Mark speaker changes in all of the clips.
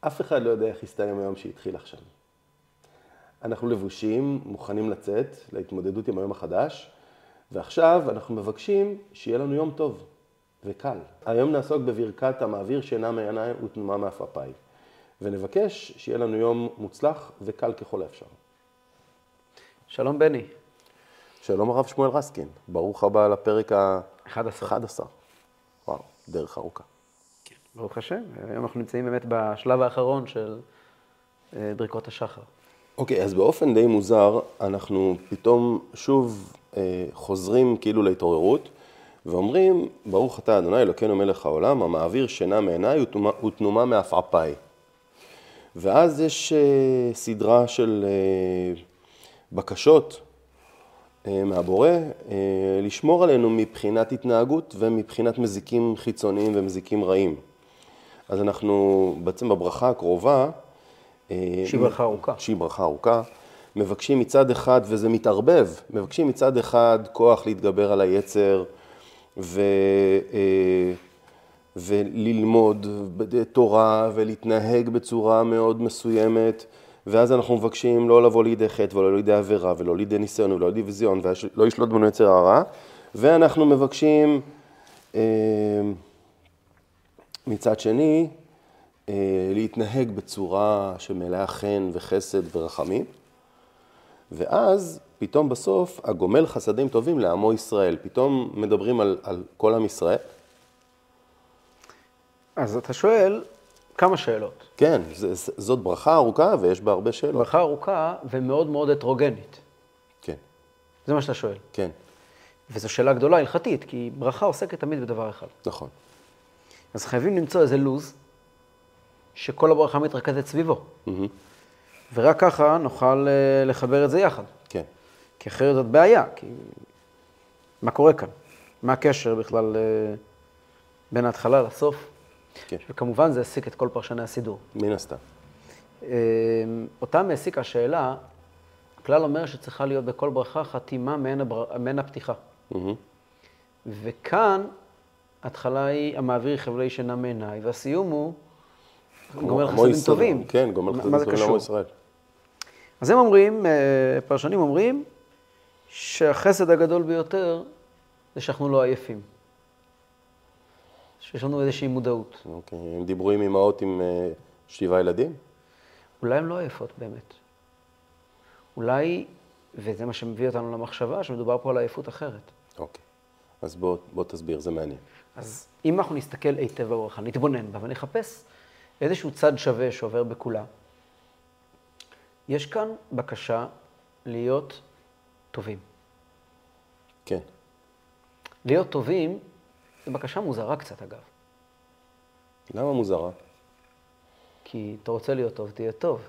Speaker 1: אף אחד לא יודע איך יסתיים היום שהתחיל עכשיו. אנחנו לבושים, מוכנים לצאת להתמודדות עם היום החדש, ועכשיו אנחנו מבקשים שיהיה לנו יום טוב וקל. היום נעסוק בברכת המעביר שינה מעיניי ותנומה מעפעפיי, ונבקש שיהיה לנו יום מוצלח וקל ככל האפשר.
Speaker 2: שלום בני.
Speaker 1: שלום הרב שמואל רסקין, ברוך הבא לפרק
Speaker 2: 11.
Speaker 1: ה-11. וואו, דרך ארוכה.
Speaker 2: ברוך השם, היום אנחנו נמצאים באמת בשלב האחרון של אה, ברכות השחר.
Speaker 1: אוקיי, אז באופן די מוזר, אנחנו פתאום שוב אה, חוזרים כאילו להתעוררות, ואומרים, ברוך אתה ה' אלוקינו מלך העולם, המעביר שינה מעיניי ותנומה- ותנומה מעפעפיי. ואז יש אה, סדרה של אה, בקשות אה, מהבורא אה, לשמור עלינו מבחינת התנהגות ומבחינת מזיקים חיצוניים ומזיקים רעים. אז אנחנו בעצם בברכה הקרובה, אה,
Speaker 2: שהיא ברכה ארוכה.
Speaker 1: שהיא ברכה ארוכה, מבקשים מצד אחד, וזה מתערבב, מבקשים מצד אחד כוח להתגבר על היצר ו, אה, וללמוד ב- תורה ולהתנהג בצורה מאוד מסוימת, ואז אנחנו מבקשים לא לבוא לידי חטא ולא לידי עבירה ולא לידי ניסיון ולא לידי ביזיון, ולא ישלוט בנו יצר הרע, ואנחנו מבקשים... אה, מצד שני, אה, להתנהג בצורה שמלאה חן וחסד ורחמים, ואז פתאום בסוף הגומל חסדים טובים לעמו ישראל. פתאום מדברים על, על כל עם ישראל.
Speaker 2: אז אתה שואל כמה שאלות.
Speaker 1: כן, ז, ז, זאת ברכה ארוכה ויש בה הרבה שאלות.
Speaker 2: ברכה ארוכה ומאוד מאוד הטרוגנית.
Speaker 1: כן,
Speaker 2: זה מה שאתה שואל.
Speaker 1: כן,
Speaker 2: וזו שאלה גדולה הלכתית, כי ברכה עוסקת תמיד בדבר אחד.
Speaker 1: נכון.
Speaker 2: אז חייבים למצוא איזה לוז שכל הברכה מתרכזת סביבו. ורק ככה נוכל אה, לחבר את זה יחד.
Speaker 1: כן,
Speaker 2: כי אחרת זאת בעיה, כי מה קורה כאן? מה הקשר בכלל אה, בין ההתחלה לסוף?
Speaker 1: כן,
Speaker 2: וכמובן זה העסיק את כל פרשני הסידור.
Speaker 1: מן הסתם.
Speaker 2: אה, אותם העסיקה השאלה, הכלל אומר שצריכה להיות בכל ברכה חתימה מעין, הבר... מעין הפתיחה.
Speaker 1: מהמם.
Speaker 2: וכאן, ההתחלה היא המעביר חבלי שינה מעיניי, והסיום הוא גומל
Speaker 1: עמו
Speaker 2: חסדים
Speaker 1: ישראל.
Speaker 2: טובים.
Speaker 1: כן, גומל
Speaker 2: מה-
Speaker 1: חסדים
Speaker 2: מה זה
Speaker 1: טובים
Speaker 2: קשור?
Speaker 1: לעמו ישראל.
Speaker 2: אז הם אומרים, אה, פרשנים אומרים, שהחסד הגדול ביותר זה שאנחנו לא עייפים. שיש לנו איזושהי מודעות.
Speaker 1: אוקיי, הם דיברו עם אמהות עם אה, שבעה ילדים?
Speaker 2: אולי הן לא עייפות באמת. אולי, וזה מה שמביא אותנו למחשבה, שמדובר פה על עייפות אחרת.
Speaker 1: אוקיי. אז בוא, בוא תסביר, זה מעניין.
Speaker 2: אז אם אנחנו נסתכל היטב בברכה, נתבונן בה ונחפש איזשהו צד שווה שעובר בכולה, יש כאן בקשה להיות טובים.
Speaker 1: כן,
Speaker 2: להיות טובים, זו בקשה מוזרה קצת אגב.
Speaker 1: למה מוזרה?
Speaker 2: כי אתה רוצה להיות טוב, תהיה טוב.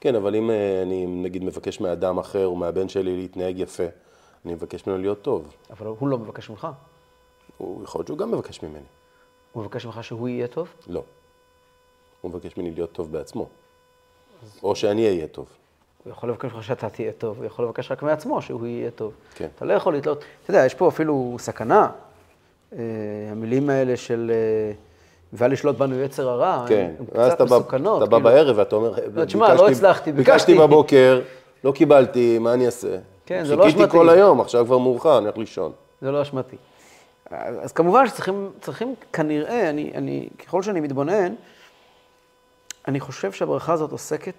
Speaker 1: כן, אבל אם אה, אני נגיד מבקש מאדם אחר או מהבן שלי להתנהג יפה, אני מבקש ממנו להיות טוב.
Speaker 2: אבל הוא לא מבקש ממך,
Speaker 1: הוא יכול להיות שהוא גם מבקש ממני.
Speaker 2: הוא מבקש ממך שהוא יהיה טוב.
Speaker 1: לא. הוא מבקש ממני להיות טוב בעצמו. או שאני אהיה טוב.
Speaker 2: הוא יכול לבקש ממך שאתה תהיה טוב, הוא יכול לבקש רק מעצמו שהוא יהיה טוב.
Speaker 1: כן.
Speaker 2: אתה לא יכול לתלות, אתה יודע, יש פה אפילו סכנה. אה, המילים האלה של אה, ואל ישלוט בנו יצר הרע,
Speaker 1: כן.
Speaker 2: הן
Speaker 1: ואז
Speaker 2: אה, קצת
Speaker 1: אתה בא,
Speaker 2: מסוכנות.
Speaker 1: אתה בא
Speaker 2: כאילו.
Speaker 1: בערב ואתה אומר,
Speaker 2: לא, תשמע, לא הצלחתי,
Speaker 1: ביקשתי
Speaker 2: ביקשתי."
Speaker 1: בבוקר, לא קיבלתי, מה אני אעשה?
Speaker 2: כן, זה לא
Speaker 1: חיכיתי
Speaker 2: אשמתי.
Speaker 1: כל היום, עכשיו כבר מאוחר, אני הולך לישון.
Speaker 2: זה לא אשמתי. אז אז כמובן שצריכים, צריכים כנראה, אני, אני, ככל שאני מתבונן, אני חושב שהברכה הזאת עוסקת,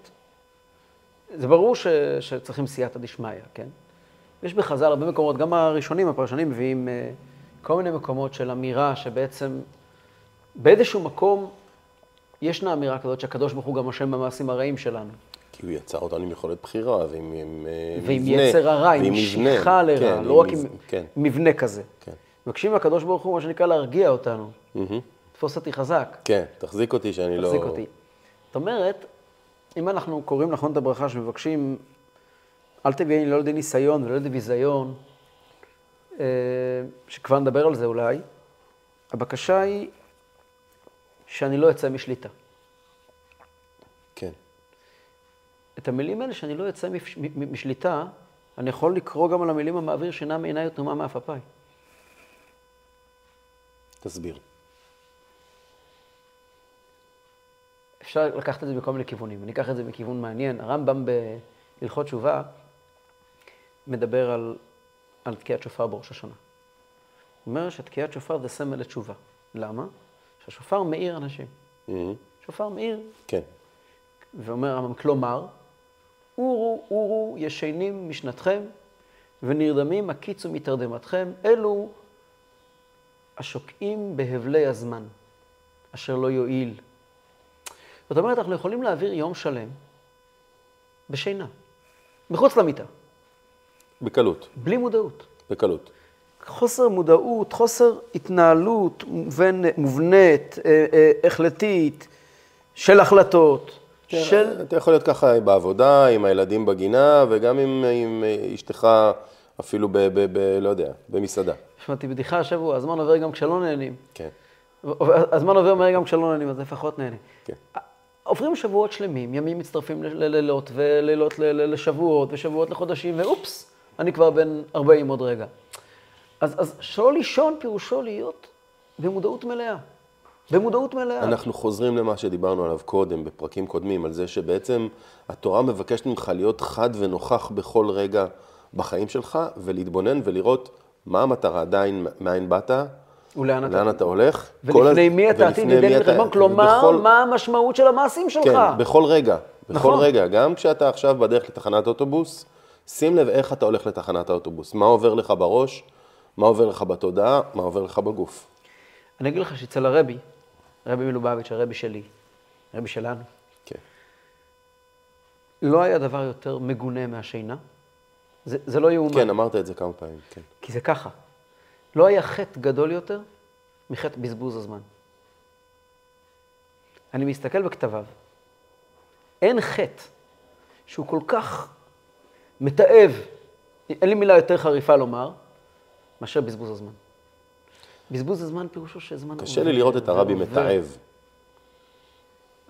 Speaker 2: זה ברור ש, שצריכים סייעתא דשמיא, כן? יש בחז"ל הרבה מקומות, גם הראשונים, הפרשנים מביאים אה, כל מיני מקומות של אמירה שבעצם, באיזשהו מקום, ישנה אמירה כזאת שהקדוש ברוך הוא גם אשם במעשים הרעים שלנו.
Speaker 1: כי הוא יצר אותנו עם יכולת בחירה ועם עם, אה, מבנה.
Speaker 2: ועם יצר הרע, עם
Speaker 1: ועם מבנה.
Speaker 2: משיכה לרע,
Speaker 1: כן,
Speaker 2: לא רק עם
Speaker 1: מבנ- כן,
Speaker 2: מבנה כזה.
Speaker 1: כן.
Speaker 2: מבקשים מהקדוש ברוך הוא, מה שנקרא, להרגיע אותנו. תפוס אותי חזק,
Speaker 1: כן, תחזיק אותי שאני לא...
Speaker 2: תחזיק אותי. זאת אומרת, אם אנחנו קוראים נכון את הברכה שמבקשים, אל תביאני לא לידי ניסיון ולא לידי ביזיון, אה, שכבר נדבר על זה אולי, הבקשה היא שאני לא אצא משליטה.
Speaker 1: כן.
Speaker 2: את המילים האלה, שאני לא אצא מפש- מ- מ- משליטה, אני יכול לקרוא גם על המילים המעביר שינה מעיניי ותנומה מעפעפיי.
Speaker 1: תסביר.
Speaker 2: אפשר לקחת את זה בכל מיני כיוונים. אני אקח את זה מכיוון מעניין. הרמב"ם בהלכות תשובה מדבר על, על תקיעת שופר בראש השנה. הוא אומר שתקיעת שופר זה סמל לתשובה. למה? שהשופר מאיר אנשים.
Speaker 1: מהמם.
Speaker 2: שופר מאיר,
Speaker 1: Mm-hmm. כן.
Speaker 2: ואומר הרמב"ם, כלומר, אורו אורו ישנים משנתכם, ונרדמים הקיצו מתרדמתכם, אלו השוקעים בהבלי הזמן, אשר לא יועיל. זאת אומרת, אנחנו יכולים להעביר יום שלם בשינה, מחוץ למיטה,
Speaker 1: בקלות,
Speaker 2: בלי מודעות.
Speaker 1: בקלות.
Speaker 2: חוסר מודעות, חוסר התנהלות מובנ- מובנית, אה, אה, החלטית, של החלטות, של
Speaker 1: של... אתה יכול להיות ככה בעבודה, עם הילדים בגינה, וגם עם, עם אה, אשתך אפילו ב, ב, ב... לא יודע, במסעדה.
Speaker 2: שמעתי בדיחה השבוע, הזמן עובר גם כשלא נהנים.
Speaker 1: כן,
Speaker 2: הזמן עובר מהר גם כשלא נהנים, אז לפחות נהנים.
Speaker 1: כן.
Speaker 2: עוברים שבועות שלמים, ימים מצטרפים ל- ללילות, ולילות ל- ל- לשבועות, ושבועות לחודשים, ואופס, אני כבר בן 40 עוד רגע. אז, אז שלא לישון פירושו להיות במודעות מלאה. במודעות מלאה.
Speaker 1: אנחנו חוזרים למה שדיברנו עליו קודם, בפרקים קודמים, על זה שבעצם התורה מבקשת ממך להיות חד ונוכח בכל רגע בחיים שלך, ולהתבונן ולראות מה המטרה עדיין, מאין באת,
Speaker 2: ולאן אתה...
Speaker 1: לאן אתה הולך. כל
Speaker 2: ולפני
Speaker 1: הז-
Speaker 2: מי אתה עתיד
Speaker 1: ולפני מי
Speaker 2: לדלת
Speaker 1: אתה-
Speaker 2: בחשבון, כלומר,
Speaker 1: בכל-
Speaker 2: מה המשמעות של המעשים שלך.
Speaker 1: כן, בכל רגע. בכל
Speaker 2: נכון.
Speaker 1: רגע. גם כשאתה עכשיו בדרך לתחנת אוטובוס, שים לב איך אתה הולך לתחנת האוטובוס. מה עובר לך בראש, מה עובר לך בתודעה, מה עובר לך בגוף.
Speaker 2: אני אגיד לך שאצל הרבי, הרבי מלובביץ', הרבי שלי, הרבי שלנו,
Speaker 1: כן.
Speaker 2: לא היה דבר יותר מגונה מהשינה. זה, זה לא יאומן,
Speaker 1: כן, אמרת את זה כמה פעמים, כן.
Speaker 2: כי זה ככה. לא היה חטא גדול יותר מחטא בזבוז הזמן. אני מסתכל בכתביו. אין חטא שהוא כל כך מתעב, אין לי מילה יותר חריפה לומר, מאשר בזבוז הזמן. בזבוז הזמן פירושו שזמן...
Speaker 1: קשה
Speaker 2: עובר,
Speaker 1: לי לראות את הרבי
Speaker 2: עובר.
Speaker 1: מתעב.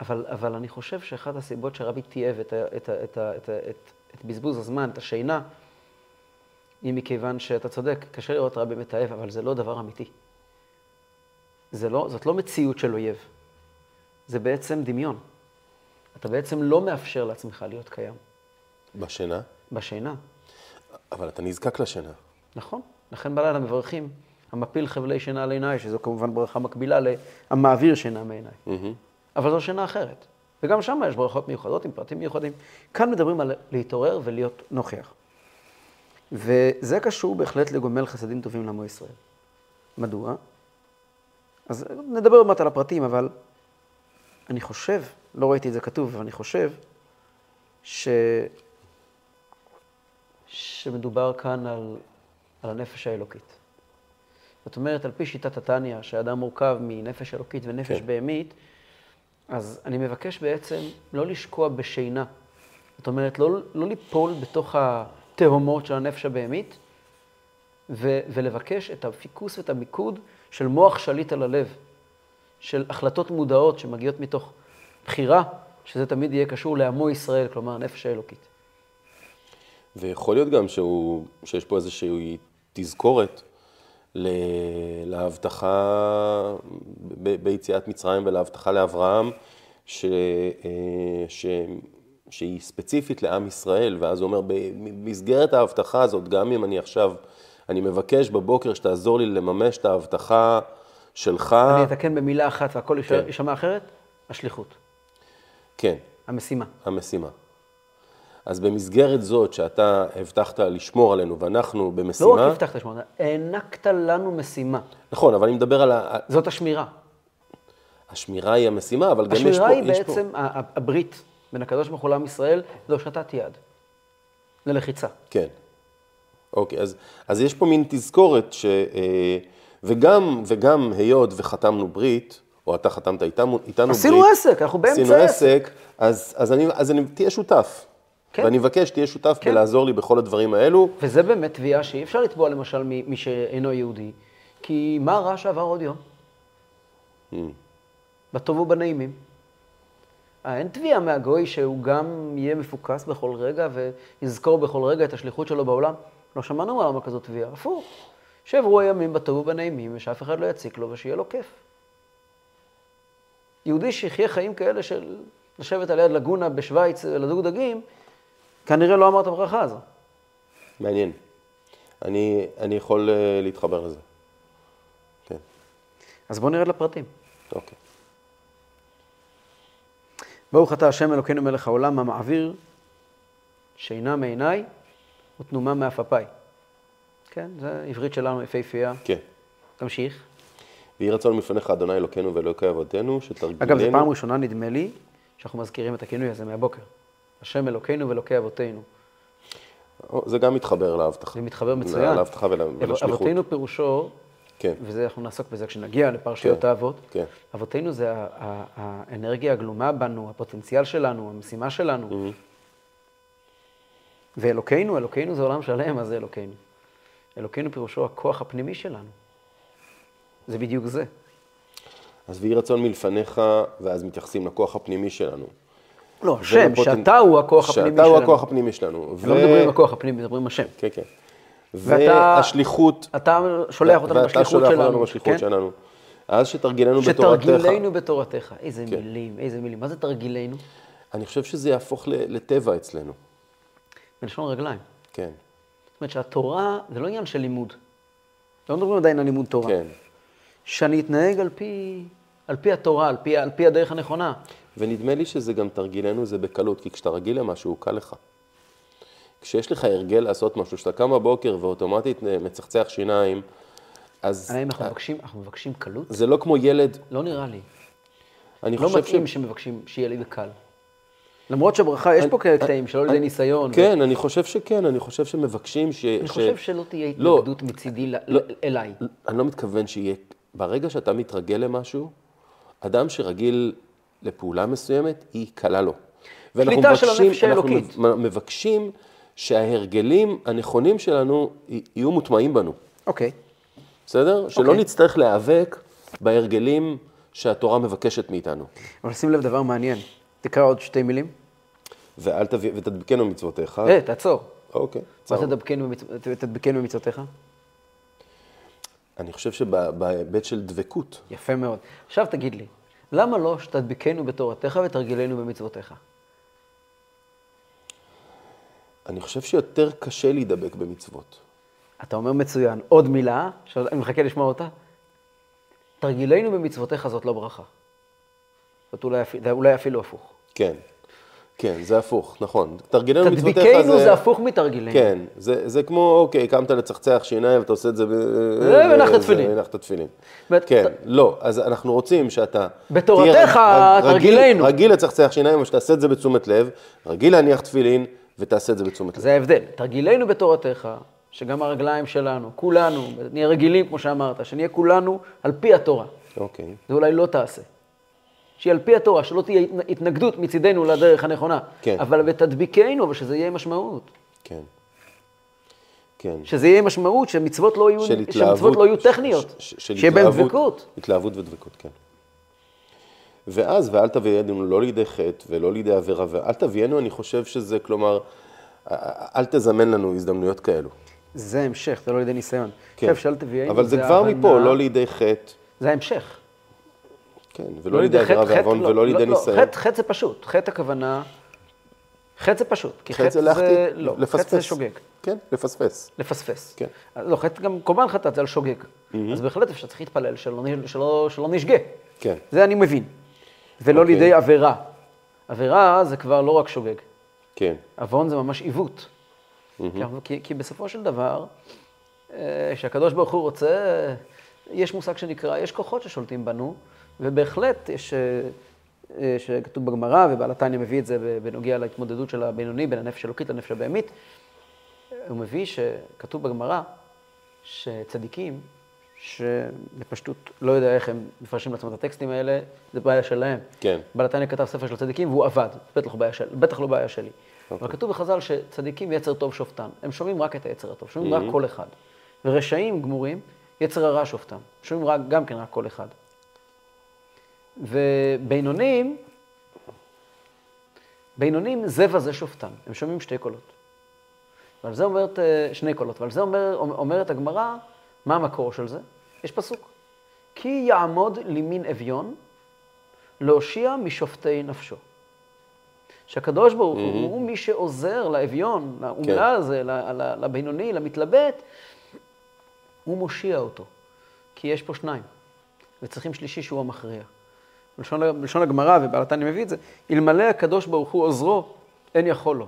Speaker 2: אבל, אבל אני חושב שאחת הסיבות שהרבי תיעב את, ה- את, ה- את, ה- את, ה- את, את בזבוז הזמן, את השינה, היא מכיוון שאתה צודק, קשה לראות רבי מתעב, אבל זה לא דבר אמיתי. זה לא, זאת לא מציאות של אויב, זה בעצם דמיון. אתה בעצם לא מאפשר לעצמך להיות קיים
Speaker 1: בשינה,
Speaker 2: בשינה,
Speaker 1: אבל אתה נזקק לשינה.
Speaker 2: נכון? לכן בלילה מברכים, המפיל חבלי שינה על עיניי, שזו כמובן ברכה מקבילה ל"המעביר שינה מעיניי".
Speaker 1: מהמם.
Speaker 2: אבל זו שינה אחרת. וגם שם יש ברכות מיוחדות עם פרטים מיוחדים. כאן מדברים על להתעורר ולהיות נוכח. וזה קשור בהחלט לגומל חסדים טובים לעמו ישראל. מדוע? אז נדבר עוד מעט על הפרטים, אבל אני חושב, לא ראיתי את זה כתוב, אבל אני חושב ש... שמדובר כאן על, על הנפש האלוקית. זאת אומרת, על פי שיטת התניא, שהאדם מורכב מנפש אלוקית ונפש
Speaker 1: כן.
Speaker 2: בהמית, אז אני מבקש בעצם לא לשקוע בשינה. זאת אומרת, לא, לא ליפול בתוך התהומות של הנפש הבהמית, ו- ולבקש את הפיקוס ואת המיקוד של מוח שליט על הלב, של החלטות מודעות שמגיעות מתוך בחירה, שזה תמיד יהיה קשור לעמו ישראל, כלומר הנפש האלוקית.
Speaker 1: ויכול להיות גם שהוא, שיש פה איזושהי תזכורת ל- להבטחה ב- ביציאת מצרים ולהבטחה לאברהם, ש, אה, ש, שהיא ספציפית לעם ישראל, ואז הוא אומר, במסגרת ההבטחה הזאת, גם אם אני עכשיו, אני מבקש בבוקר שתעזור לי לממש את ההבטחה שלך,
Speaker 2: אני אתקן במילה אחת והכל יישמע-
Speaker 1: אה. כן.
Speaker 2: יישמע אחרת, השליחות,
Speaker 1: כן,
Speaker 2: המשימה.
Speaker 1: המשימה. אז במסגרת זאת שאתה הבטחת לשמור עלינו ואנחנו
Speaker 2: לא
Speaker 1: במשימה,
Speaker 2: רק הבטחת שמונה, הענקת לנו משימה.
Speaker 1: נכון, אבל אני מדבר על ה-
Speaker 2: זאת השמירה.
Speaker 1: השמירה היא המשימה, אבל גם יש פה...
Speaker 2: השמירה היא
Speaker 1: יש פה-
Speaker 2: בעצם ה- ה- הברית בין הקדוש ברוך הוא לעם ישראל להושטת יד, ללחיצה.
Speaker 1: כן. אוקיי, אז, אז יש פה מין תזכורת ש... אה, וגם, וגם היות וחתמנו ברית, או אתה חתמת איתנו, איתנו
Speaker 2: עשינו
Speaker 1: ברית.
Speaker 2: עסק, אנחנו באמצע
Speaker 1: עשינו
Speaker 2: העסק.
Speaker 1: עסק, אז, אז, אני, אז אני, תהיה שותף.
Speaker 2: כן.
Speaker 1: ואני מבקש, תהיה שותף
Speaker 2: כן.
Speaker 1: בלעזור לי בכל הדברים האלו.
Speaker 2: וזה באמת תביעה שאי אפשר לתבוע למשל ממי שאינו יהודי, כי מה רע שעבר עוד יום? בטוב ובנעימים. אה, אין תביעה מהגוי שהוא גם יהיה מפוקס בכל רגע ויזכור בכל רגע את השליחות שלו בעולם. לא שמענו מעולם על כזאת תביעה, הפוך. שעברו הימים בטוב ובנעימים ושאף אחד לא יציק לו ושיהיה לו כיף. יהודי שיחיה חיים כאלה של לשבת על יד לגונה בשוויץ ולדוג דגים, כנראה לא אמר את הברכה הזו.
Speaker 1: מעניין. אני, אני יכול אה, להתחבר לזה. כן,
Speaker 2: אז בואו נרד לפרטים.
Speaker 1: אוקיי.
Speaker 2: ברוך אתה השם אלוקינו מלך העולם המעביר שינה מעיניי ותנומה מאף אפיי. כן, זה עברית שלנו יפהפייה.
Speaker 1: כן.
Speaker 2: תמשיך.
Speaker 1: ויהי רצון מלפניך, אדוני אלוקינו ואלוקי אבותינו, שתרגילנו...
Speaker 2: אגב, זו פעם ראשונה, נדמה לי, שאנחנו מזכירים את הכינוי הזה מהבוקר. השם אלוקינו ואלוקי אבותינו.
Speaker 1: ראשונה. זה גם מתחבר להבטחה.
Speaker 2: זה מתחבר מצוין.
Speaker 1: להבטחה ול- ולשליחות.
Speaker 2: אבותינו פירושו,
Speaker 1: כן,
Speaker 2: וזה אנחנו נעסוק בזה כשנגיע לפרשיות
Speaker 1: כן,
Speaker 2: האבות,
Speaker 1: כן.
Speaker 2: אבותינו זה ה- ה- האנרגיה הגלומה בנו, הפוטנציאל שלנו, המשימה
Speaker 1: Mm-hmm.
Speaker 2: שלנו. ואלוקינו, אלוקינו זה עולם שלם, אז זה אלוקינו. אלוקינו פירושו הכוח הפנימי שלנו. זה בדיוק זה.
Speaker 1: אז ויהי רצון מלפניך, ואז מתייחסים לכוח הפנימי שלנו.
Speaker 2: לא, השם,
Speaker 1: ולפוטנ-
Speaker 2: שאתה הוא הכוח הפנימי
Speaker 1: שאתה
Speaker 2: שלנו.
Speaker 1: הוא הכוח הפנימי שלנו.
Speaker 2: לא מדברים על הכוח הפנימי, מדברים השם.
Speaker 1: כן, כן.
Speaker 2: ואתה-
Speaker 1: והשליחות...
Speaker 2: אתה שולח אותנו
Speaker 1: ואתה
Speaker 2: בשליחות
Speaker 1: שולח אותנו
Speaker 2: שלנו,
Speaker 1: בשליחות
Speaker 2: כן?
Speaker 1: שלנו. אז שתרגילנו בתורתך. כן.
Speaker 2: שתרגילנו בתורתך. איזה מילים, איזה מילים. מה זה תרגילנו?
Speaker 1: אני חושב שזה יהפוך ל- לטבע אצלנו.
Speaker 2: מלשון רגליים.
Speaker 1: כן,
Speaker 2: זאת אומרת שהתורה זה לא עניין של לימוד. לא מדברים עדיין על לימוד תורה.
Speaker 1: כן.
Speaker 2: שאני אתנהג על פי, על פי התורה, על פי, על פי הדרך הנכונה.
Speaker 1: ונדמה לי שזה גם תרגילנו זה בקלות, כי כשאתה רגיל למשהו, הוא קל לך. כשיש לך הרגל לעשות משהו, כשאתה קם בבוקר ואוטומטית אה, מצחצח שיניים, אז
Speaker 2: האם אנחנו מבקשים, אנחנו מבקשים קלות?
Speaker 1: זה לא כמו ילד,
Speaker 2: לא נראה לי.
Speaker 1: אני
Speaker 2: לא
Speaker 1: חושב
Speaker 2: מתאים שמבקשים שיהיה לי בקל. למרות שברכה, יש פה כאלה קטעים שלא על ידי ניסיון.
Speaker 1: כן, אני חושב שכן, אני חושב שמבקשים ש...
Speaker 2: אני חושב שלא תהיה
Speaker 1: לא.
Speaker 2: התנגדות מצידי ל-
Speaker 1: לא.
Speaker 2: אליי.
Speaker 1: אני לא מתכוון שיהיה... ברגע שאתה מתרגל למשהו, אדם שרגיל לפעולה מסוימת, היא קלה לו. ואנחנו
Speaker 2: שליטה של הנפש
Speaker 1: אנחנו
Speaker 2: האלוקית.
Speaker 1: מב- מבקשים שההרגלים הנכונים שלנו י- יהיו מוטמעים בנו,
Speaker 2: אוקיי.
Speaker 1: בסדר? שלא
Speaker 2: אוקיי.
Speaker 1: נצטרך להיאבק בהרגלים שהתורה מבקשת מאיתנו.
Speaker 2: אבל שים לב דבר מעניין. תקרא עוד שתי מילים.
Speaker 1: ואל תביא, ותדבקנו מצוותיך.
Speaker 2: אה, תעצור.
Speaker 1: אוקיי,
Speaker 2: מה
Speaker 1: צר.
Speaker 2: זה דבקנו במצו- תדבקנו במצוותיך?
Speaker 1: אני חושב שבהיבט של דבקות,
Speaker 2: יפה מאוד. עכשיו תגיד לי, למה לא שתדבקנו בתורתך ותרגילנו במצוותיך?
Speaker 1: אני חושב שיותר קשה להידבק במצוות.
Speaker 2: אתה אומר מצוין. עוד מילה, שאני מחכה לשמוע אותה. תרגילנו במצוותיך זאת לא ברכה. זאת אולי, אפ- זה אולי אפילו הפוך.
Speaker 1: כן. כן, זה הפוך, נכון. תרגילנו מצוותיך זה...
Speaker 2: תדבקנו זה הפוך מתרגילנו.
Speaker 1: אה, כן, זה, זה כמו, אוקיי, קמת לצחצח שיניים, אתה עושה את זה... ב- אה,
Speaker 2: זה מנחת
Speaker 1: זה-
Speaker 2: אה, תפילין.
Speaker 1: מנחת התפילין.
Speaker 2: ואת-
Speaker 1: כן, לא, אז אנחנו רוצים שאתה...
Speaker 2: בתורתך,
Speaker 1: תהיה רג- רג-
Speaker 2: תרגילנו.
Speaker 1: רגיל, רגיל לצחצח שיניים, אבל שתעשה את זה בתשומת לב, רגיל להניח תפילין, ותעשה את זה בתשומת לב.
Speaker 2: זה ההבדל. תרגילנו בתורתך, שגם הרגליים שלנו, כולנו, נהיה רגילים, כמו שאמרת, שנהיה כולנו על פי התורה.
Speaker 1: אוקיי,
Speaker 2: זה אולי לא תעשה. שהיא על פי התורה, שלא תהיה התנ- התנגדות מצידנו לדרך הנכונה.
Speaker 1: כן.
Speaker 2: אבל ותדביקנו, אבל שזה יהיה משמעות.
Speaker 1: כן. כן.
Speaker 2: שזה יהיה משמעות, שמצוות לא יהיו,
Speaker 1: של התלהבות.
Speaker 2: שמצוות לא יהיו טכניות.
Speaker 1: ש- ש- של
Speaker 2: שיהיה בהן
Speaker 1: התלהבות-
Speaker 2: דבקות.
Speaker 1: התלהבות ודבקות, כן. ואז, ואל תביאנו לא לידי חטא ולא לידי עבירה, ואל תביאנו, אני חושב שזה, כלומר, אל תזמן לנו הזדמנויות כאלו.
Speaker 2: זה המשך, זה לא לידי ניסיון.
Speaker 1: כן.
Speaker 2: עכשיו, שאל תביאנו,
Speaker 1: אבל זה כבר
Speaker 2: הבנה-
Speaker 1: מפה, לא לידי חטא,
Speaker 2: זה ההמשך.
Speaker 1: כן, ולא לידי עבירה
Speaker 2: לא חטא-
Speaker 1: ועוון
Speaker 2: חטא-
Speaker 1: ולא
Speaker 2: לא,
Speaker 1: לידי
Speaker 2: לא,
Speaker 1: ניסיון.
Speaker 2: חטא- חטא זה פשוט, חטא הכוונה... חטא זה פשוט, כי
Speaker 1: חטא
Speaker 2: חטא זה...
Speaker 1: להחטיא,
Speaker 2: לא,
Speaker 1: לפספס.
Speaker 2: חטא זה שוגג.
Speaker 1: כן, לפספס.
Speaker 2: לפספס.
Speaker 1: כן.
Speaker 2: לא, חטא גם, קורבן חטאת זה על שוגג. אז בהחלט אפשר צריך להתפלל שלא, נ- שלא, שלא נשגה.
Speaker 1: כן.
Speaker 2: זה אני מבין. ולא
Speaker 1: אוקיי.
Speaker 2: לידי עבירה. עבירה זה כבר לא רק שוגג.
Speaker 1: כן,
Speaker 2: עוון זה ממש עיוות. כי אנחנו- כי, כי בסופו של דבר, אה, כשהקדוש ברוך הוא רוצה, אה, יש מושג שנקרא, יש כוחות ששולטים בנו, ובהחלט יש, אה, אה, שכתוב בגמרא, ובעל התניא מביא את זה ב- בנוגע להתמודדות של הבינוני בין הנפש האלוקית לנפש הבהמית, הוא מביא שכתוב בגמרא שצדיקים, שבפשטות לא יודע איך הם מפרשים לעצמם את הטקסטים האלה, זה בעיה שלהם.
Speaker 1: כן.
Speaker 2: בעל התניא כתב ספר של צדיקים והוא עבד, בטח לא בעיה, של, בטח לא בעיה שלי. אבל כתוב בחז"ל שצדיקים יצר טוב שופטן, הם שומעים רק את היצר הטוב, שומעים רק כל אחד. ורשעים גמורים, יצר הרע שופטם, שומעים רק, גם כן רק כל אחד. ובינונים, בינונים זה וזה שופטם, הם שומעים שתי קולות. ועל זה אומרת, אה, שני קולות, ועל זה אומר, אומרת הגמרא, מה המקור של זה? יש פסוק. כי יעמוד למין אביון, להושיע משופטי נפשו. שהקדוש ברוך הוא, הוא מי שעוזר לאביון, לאומלל הזה, ל- ל- לבינוני, למתלבט, הוא מושיע אותו. כי יש פה שניים, וצריכים שלישי שהוא המכריע. בלשון, בלשון הגמרא, ובעלתה אני מביא את זה, אלמלא הקדוש ברוך הוא עוזרו, אין יכול לו.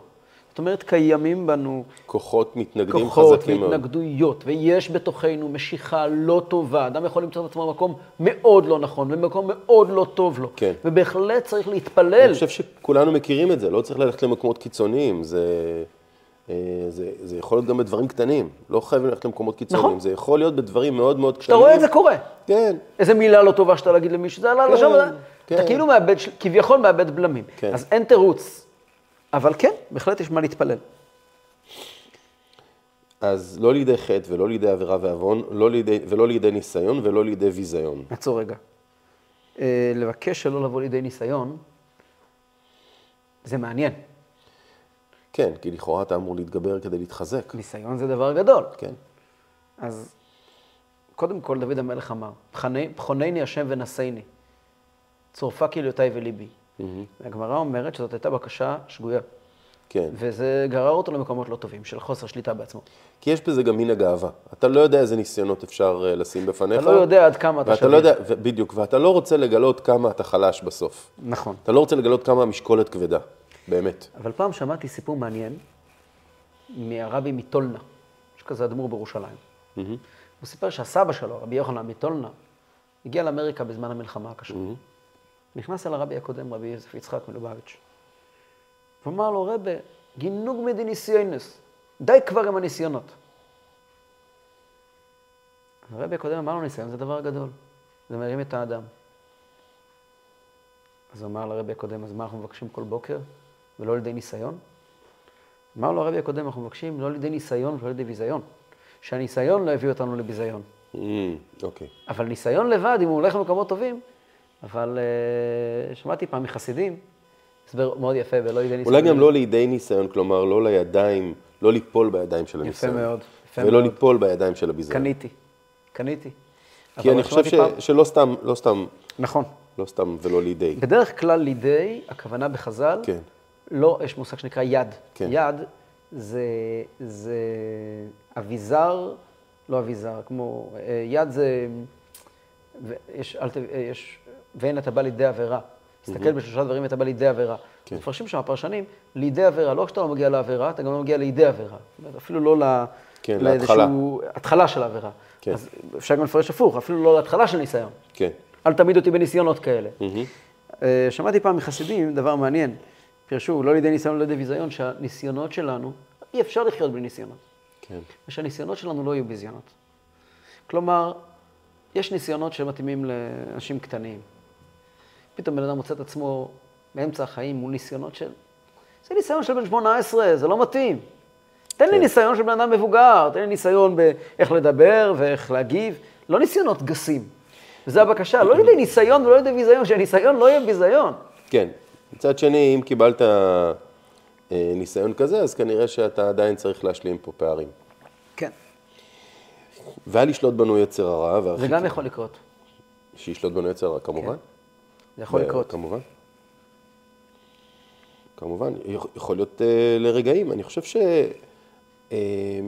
Speaker 2: זאת אומרת, קיימים בנו
Speaker 1: כוחות מתנגדים
Speaker 2: כוחות
Speaker 1: חזקים מאוד.
Speaker 2: והתנגדויות, ויש בתוכנו משיכה לא טובה. אדם יכול למצוא את עצמו במקום מאוד לא נכון, במקום מאוד לא טוב לו.
Speaker 1: כן.
Speaker 2: ובהחלט צריך להתפלל.
Speaker 1: אני חושב שכולנו מכירים את זה, לא צריך ללכת למקומות קיצוניים, זה, אה, זה, זה יכול להיות גם בדברים קטנים, לא חייבים ללכת למקומות קיצוניים,
Speaker 2: נכון.
Speaker 1: זה יכול להיות בדברים מאוד מאוד
Speaker 2: אתה
Speaker 1: קטנים.
Speaker 2: רואה את זה קורה.
Speaker 1: כן,
Speaker 2: איזה מילה לא טובה שאתה להגיד למישהו, זה עלה
Speaker 1: כן,
Speaker 2: לשם,
Speaker 1: כן.
Speaker 2: אתה כאילו מאבד, של- כביכול מאבד בלמים.
Speaker 1: כן.
Speaker 2: אז אין תירוץ. אבל כן, בהחלט יש מה להתפלל.
Speaker 1: אז לא לידי חטא ולא לידי עבירה ועוון, לא לידי, ולא לידי ניסיון ולא לידי ביזיון.
Speaker 2: עצור רגע. אה, לבקש שלא לבוא לידי ניסיון, זה מעניין.
Speaker 1: כן, כי לכאורה אתה אמור להתגבר כדי להתחזק.
Speaker 2: ניסיון זה דבר גדול.
Speaker 1: כן,
Speaker 2: אז קודם כל דוד המלך אמר, "בחני- בחונני השם ונשאני, צורפה כליותי וליבי. והגמרא אומרת שזאת הייתה בקשה שגויה,
Speaker 1: כן.
Speaker 2: וזה גרר אותו למקומות לא טובים, של חוסר שליטה בעצמו.
Speaker 1: כי יש בזה גם מין הגאווה. אתה לא יודע איזה ניסיונות אפשר אה, לשים בפניך.
Speaker 2: אתה לא יודע עד כמה אתה
Speaker 1: ואתה
Speaker 2: שווה.
Speaker 1: לא יודע, ו- בדיוק, ואתה לא רוצה לגלות כמה אתה חלש בסוף.
Speaker 2: נכון.
Speaker 1: אתה לא רוצה לגלות כמה המשקולת כבדה, באמת.
Speaker 2: אבל פעם שמעתי סיפור מעניין מהרבי מטולנה, יש כזה אדמו"ר בירושלים. הוא סיפר שהסבא שלו, רבי יוחנן מטולנה, הגיע לאמריקה בזמן המלחמה הקשה. נכנס אל הרבי הקודם, רבי יוסף יצחק מלובביץ', ואמר לו, רבי, גינוג מדי ניסיונס, די כבר עם הניסיונות. הרבי הקודם אמר לו, ניסיון זה דבר גדול, זה מרים את האדם. אז הוא אמר לרבי הקודם, אז מה אנחנו מבקשים כל בוקר? ולא על ידי ניסיון? אמר לו הרבי הקודם, אנחנו מבקשים לא על ידי ניסיון ולא על ידי ביזיון. שהניסיון לא הביא אותנו לביזיון.
Speaker 1: אמ, אוקיי.
Speaker 2: אבל ניסיון לבד, אם הוא הולך למקומות טובים, אבל אה, שמעתי פעם מחסידים, הסבר מאוד יפה, ולא לידי ניסיון.
Speaker 1: אולי גם לא לידי ניסיון, כלומר, לא לידיים, לא ליפול בידיים של הניסיון.
Speaker 2: מאוד, יפה
Speaker 1: ולא
Speaker 2: מאוד.
Speaker 1: ליפול בידיים של הביזיון.
Speaker 2: קניתי, קניתי.
Speaker 1: כי
Speaker 2: אבל
Speaker 1: אני חושב
Speaker 2: שמעתי פעם-
Speaker 1: ש- שלא סתם, לא סתם,
Speaker 2: נכון.
Speaker 1: לא סתם ולא לידי.
Speaker 2: בדרך כלל לידי, הכוונה בחז"ל,
Speaker 1: כן.
Speaker 2: לא, יש מושג שנקרא יד.
Speaker 1: כן.
Speaker 2: יד זה, זה אביזר, לא אביזר, כמו, אה, יד זה, ו- יש, אל ת, אה, יש, ואין אתה בא לידי עבירה. תסתכל בשלושה דברים, אתה בא לידי עבירה.
Speaker 1: Mhm. כן.
Speaker 2: מפרשים שם הפרשנים, לידי עבירה, לא רק שאתה לא מגיע לעבירה, אתה גם לא מגיע לידי עבירה. זאת אומרת, אפילו לא ל...
Speaker 1: כן,
Speaker 2: לאיזשהו התחלה של עבירה.
Speaker 1: כן.
Speaker 2: אז אפשר גם לפרש הפוך, אפילו לא להתחלה של ניסיון.
Speaker 1: כן.
Speaker 2: אל תעמיד אותי בניסיונות כאלה. אה, שמעתי פעם מחסידים דבר מעניין, פירשו, לא לידי ניסיון, לא לידי ביזיון, שהניסיונות שלנו, אי אפשר לחיות בלי ניסיונות.
Speaker 1: כן.
Speaker 2: ושהניסיונות שלנו לא יהיו ביזיונות. כלומר, יש ניסיונות שמתאימים לאנשים קטנים. פתאום בן אדם מוצא את עצמו באמצע החיים מול ניסיונות של... זה ניסיון של בן 18, זה לא מתאים. תן לי
Speaker 1: כן.
Speaker 2: ניסיון של בן אדם מבוגר, תן לי ניסיון באיך לדבר ואיך להגיב, לא ניסיונות גסים. וזו הבקשה, לא לידי ניסיון ולא לידי ביזיון, שהניסיון לא יהיה ביזיון.
Speaker 1: כן. מצד שני, אם קיבלת אה, ניסיון כזה, אז כנראה שאתה עדיין צריך להשלים פה פערים.
Speaker 2: כן.
Speaker 1: ואל ישלוט בנו יצר הרע,
Speaker 2: זה
Speaker 1: והרחיק-
Speaker 2: גם יכול לקרות.
Speaker 1: שישלוט בנו יצר הרע, כמובן.
Speaker 2: כן. זה יכול
Speaker 1: ו-
Speaker 2: לקרות.
Speaker 1: כמובן. כמובן, יכול- יכול להיות אה, לרגעים. אני חושב ש... אה,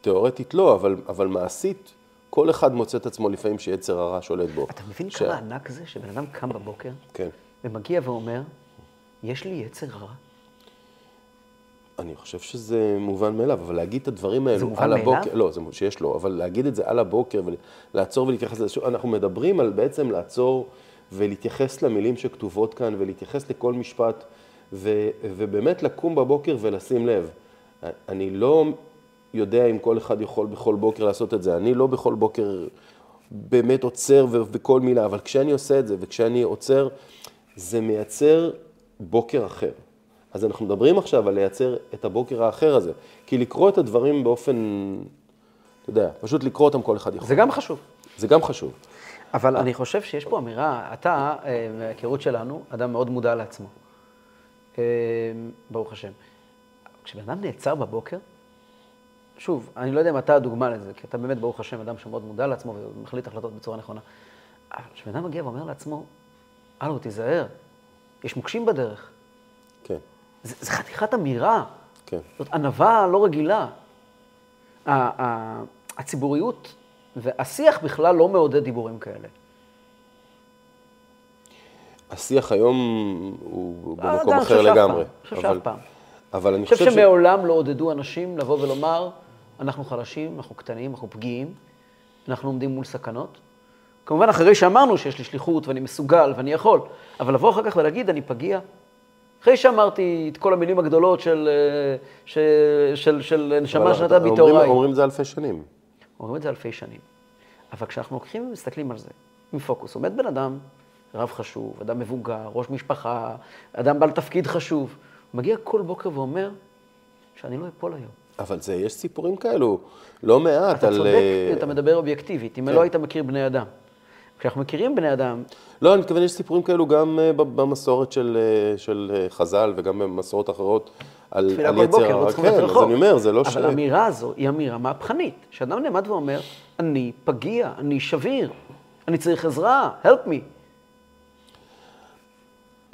Speaker 1: תיאורטית לא, אבל, אבל מעשית, כל אחד מוצא את עצמו לפעמים שיצר הרע שולט בו.
Speaker 2: אתה מבין
Speaker 1: ש-
Speaker 2: כמה ענק זה שבן אדם קם בבוקר?
Speaker 1: כן.
Speaker 2: ומגיע ואומר, יש לי יצר רע.
Speaker 1: אני חושב שזה מובן מאליו, אבל להגיד את הדברים האלו
Speaker 2: מובן
Speaker 1: על
Speaker 2: מאליו?
Speaker 1: הבוקר, לא, זה שיש לו, אבל להגיד את זה על הבוקר ולעצור ולהתייחס לזה, שוב, אנחנו מדברים על בעצם לעצור ולהתייחס למילים שכתובות כאן ולהתייחס לכל משפט, ו, ובאמת לקום בבוקר ולשים לב. אני לא יודע אם כל אחד יכול בכל בוקר לעשות את זה, אני לא בכל בוקר באמת עוצר ו- וכל מילה, אבל כשאני עושה את זה וכשאני עוצר, זה מייצר בוקר אחר. אז אנחנו מדברים עכשיו על לייצר את הבוקר האחר הזה. כי לקרוא את הדברים באופן, אתה יודע, פשוט לקרוא אותם כל אחד יכול.
Speaker 2: זה גם חשוב.
Speaker 1: זה גם חשוב.
Speaker 2: אבל אני חושב שיש פה אמירה, אתה, אה, מההיכרות שלנו, אדם מאוד מודע לעצמו. אה, ברוך השם. כשבן אדם נעצר בבוקר, שוב, אני לא יודע אם אתה הדוגמה לזה, כי אתה באמת, ברוך השם, אדם שמאוד מודע לעצמו ומחליט החלטות בצורה נכונה. אבל כשבן אדם מגיע ואומר לעצמו, הלו, תיזהר, יש מוקשים בדרך.
Speaker 1: כן,
Speaker 2: זה, זה חתיכת אמירה.
Speaker 1: כן,
Speaker 2: זאת ענווה לא רגילה. ה- ה- הציבוריות והשיח בכלל לא מעודד דיבורים כאלה.
Speaker 1: השיח היום הוא
Speaker 2: אה,
Speaker 1: במקום
Speaker 2: אני חושב
Speaker 1: אחר
Speaker 2: שאף
Speaker 1: לגמרי.
Speaker 2: פעם, אני חושב
Speaker 1: אבל-
Speaker 2: שאף פעם.
Speaker 1: אבל אני
Speaker 2: אני חושב
Speaker 1: חושב ש...
Speaker 2: שמעולם לא עודדו אנשים לבוא ולומר, אנחנו חלשים, אנחנו קטנים, אנחנו פגיעים, אנחנו עומדים מול סכנות. כמובן, אחרי שאמרנו שיש לי שליחות ואני מסוגל ואני יכול, אבל לבוא אחר כך ולהגיד, אני פגיע. אחרי שאמרתי את כל המילים הגדולות של, אה, ש- של, של נשמה
Speaker 1: אבל
Speaker 2: שנתה בי
Speaker 1: אומרים-
Speaker 2: טהוריי.
Speaker 1: אומרים את זה אלפי שנים.
Speaker 2: אומרים את זה אלפי שנים. אבל כשאנחנו לוקחים ומסתכלים על זה, עם פוקוס, עומד בן אדם, רב חשוב, אדם מבוגר, ראש משפחה, אדם בעל תפקיד חשוב, הוא מגיע כל בוקר ואומר, שאני לא אפול היום.
Speaker 1: אבל זה, יש סיפורים כאלו, לא מעט
Speaker 2: אתה
Speaker 1: על...
Speaker 2: צודק,
Speaker 1: אה,
Speaker 2: אתה מדבר אובייקטיבית, אם
Speaker 1: כן.
Speaker 2: לא היית מכיר בני אדם. כשאנחנו מכירים בני אדם,
Speaker 1: לא, אני מתכוון, יש סיפורים כאלו גם אה, ב- במסורת של, אה, של אה, חז"ל וגם במסורות אחרות על,
Speaker 2: תפילה
Speaker 1: על
Speaker 2: כל
Speaker 1: יצר
Speaker 2: בוקר, לא
Speaker 1: הרע.
Speaker 2: צריכים ללכת
Speaker 1: כן, אז
Speaker 2: רחוק.
Speaker 1: אני אומר, זה לא ש...
Speaker 2: אבל האמירה הזו היא אמירה מהפכנית. שאדם נעמד ואומר, אני פגיע, אני שביר, אני צריך עזרה, help me.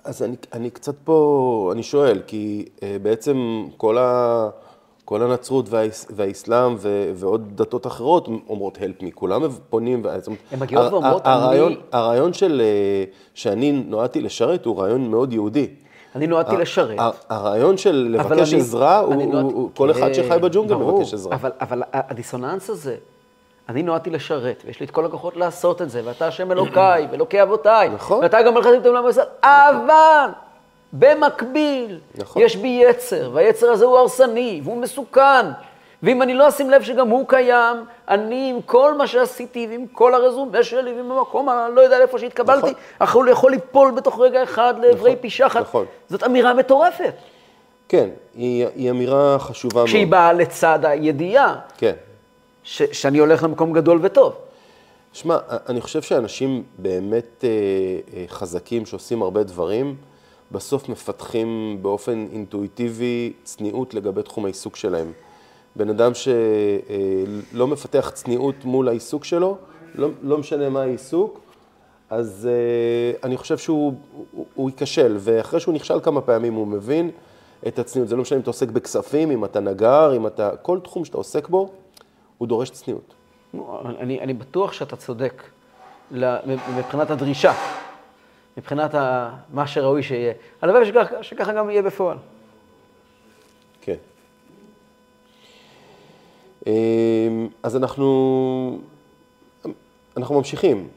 Speaker 1: אז אני, אני קצת פה, אני שואל, כי אה, בעצם כל, ה, כל הנצרות והאיס, והאסלאם ו, ועוד דתות אחרות אומרות help me, כולם פונים, ואז-
Speaker 2: הן מגיעות
Speaker 1: הר-
Speaker 2: ואומרות,
Speaker 1: הר- הרעיון,
Speaker 2: "אני-"
Speaker 1: הרעיון של, אה, שאני נועדתי לשרת הוא רעיון מאוד יהודי.
Speaker 2: אני נועדתי
Speaker 1: אה,
Speaker 2: לשרת.
Speaker 1: ה- הרעיון של
Speaker 2: אבל
Speaker 1: לבקש
Speaker 2: אני-
Speaker 1: עזרה, הוא-
Speaker 2: אני
Speaker 1: הוא-
Speaker 2: נועד-
Speaker 1: הוא- כל אחד
Speaker 2: כן,
Speaker 1: שחי בג'ונגל
Speaker 2: ברור.
Speaker 1: מבקש עזרה.
Speaker 2: אבל, אבל ה- הדיסוננס הזה, אני נועדתי לשרת, ויש לי את כל הכוחות לעשות את זה, ואתה השם אלוקיי, ואלוקי אבותיי,
Speaker 1: נכון.
Speaker 2: ואתה גם מלכת את העולם ועשה, אבל במקביל,
Speaker 1: נכון.
Speaker 2: יש בי יצר, והיצר הזה הוא הרסני, והוא מסוכן. ואם אני לא אשים לב שגם הוא קיים, אני עם כל מה שעשיתי, ועם כל הרזומה שלי, ועם המקום הלא יודע לאיפה שהתקבלתי,
Speaker 1: נכון.
Speaker 2: יכול, יכול ליפול בתוך רגע אחד לעברי
Speaker 1: נכון,
Speaker 2: פי שחת.
Speaker 1: נכון.
Speaker 2: זאת אמירה מטורפת.
Speaker 1: כן, היא, היא אמירה חשובה
Speaker 2: כשהיא
Speaker 1: מאוד.
Speaker 2: באה לצד הידיעה
Speaker 1: כן.
Speaker 2: ש, שאני הולך למקום גדול וטוב.
Speaker 1: שמע, אני חושב שאנשים באמת אה, אה, חזקים, שעושים הרבה דברים, בסוף מפתחים באופן אינטואיטיבי צניעות לגבי תחום העיסוק שלהם. בן אדם שלא מפתח צניעות מול העיסוק שלו, לא, לא משנה מה העיסוק, אז אה, אני חושב שהוא הוא, הוא ייכשל, ואחרי שהוא נכשל כמה פעמים הוא מבין את הצניעות. זה לא משנה אם אתה עוסק בכספים, אם אתה נגר, אם אתה... כל תחום שאתה עוסק בו, הוא דורש צניעות.
Speaker 2: נו, אני, אני בטוח שאתה צודק ל- מבחינת הדרישה, מבחינת ה, מה שראוי שיהיה. הלוואי שכך, שככה גם יהיה בפועל.
Speaker 1: כן. אמ, אז אנחנו, אנחנו ממשיכים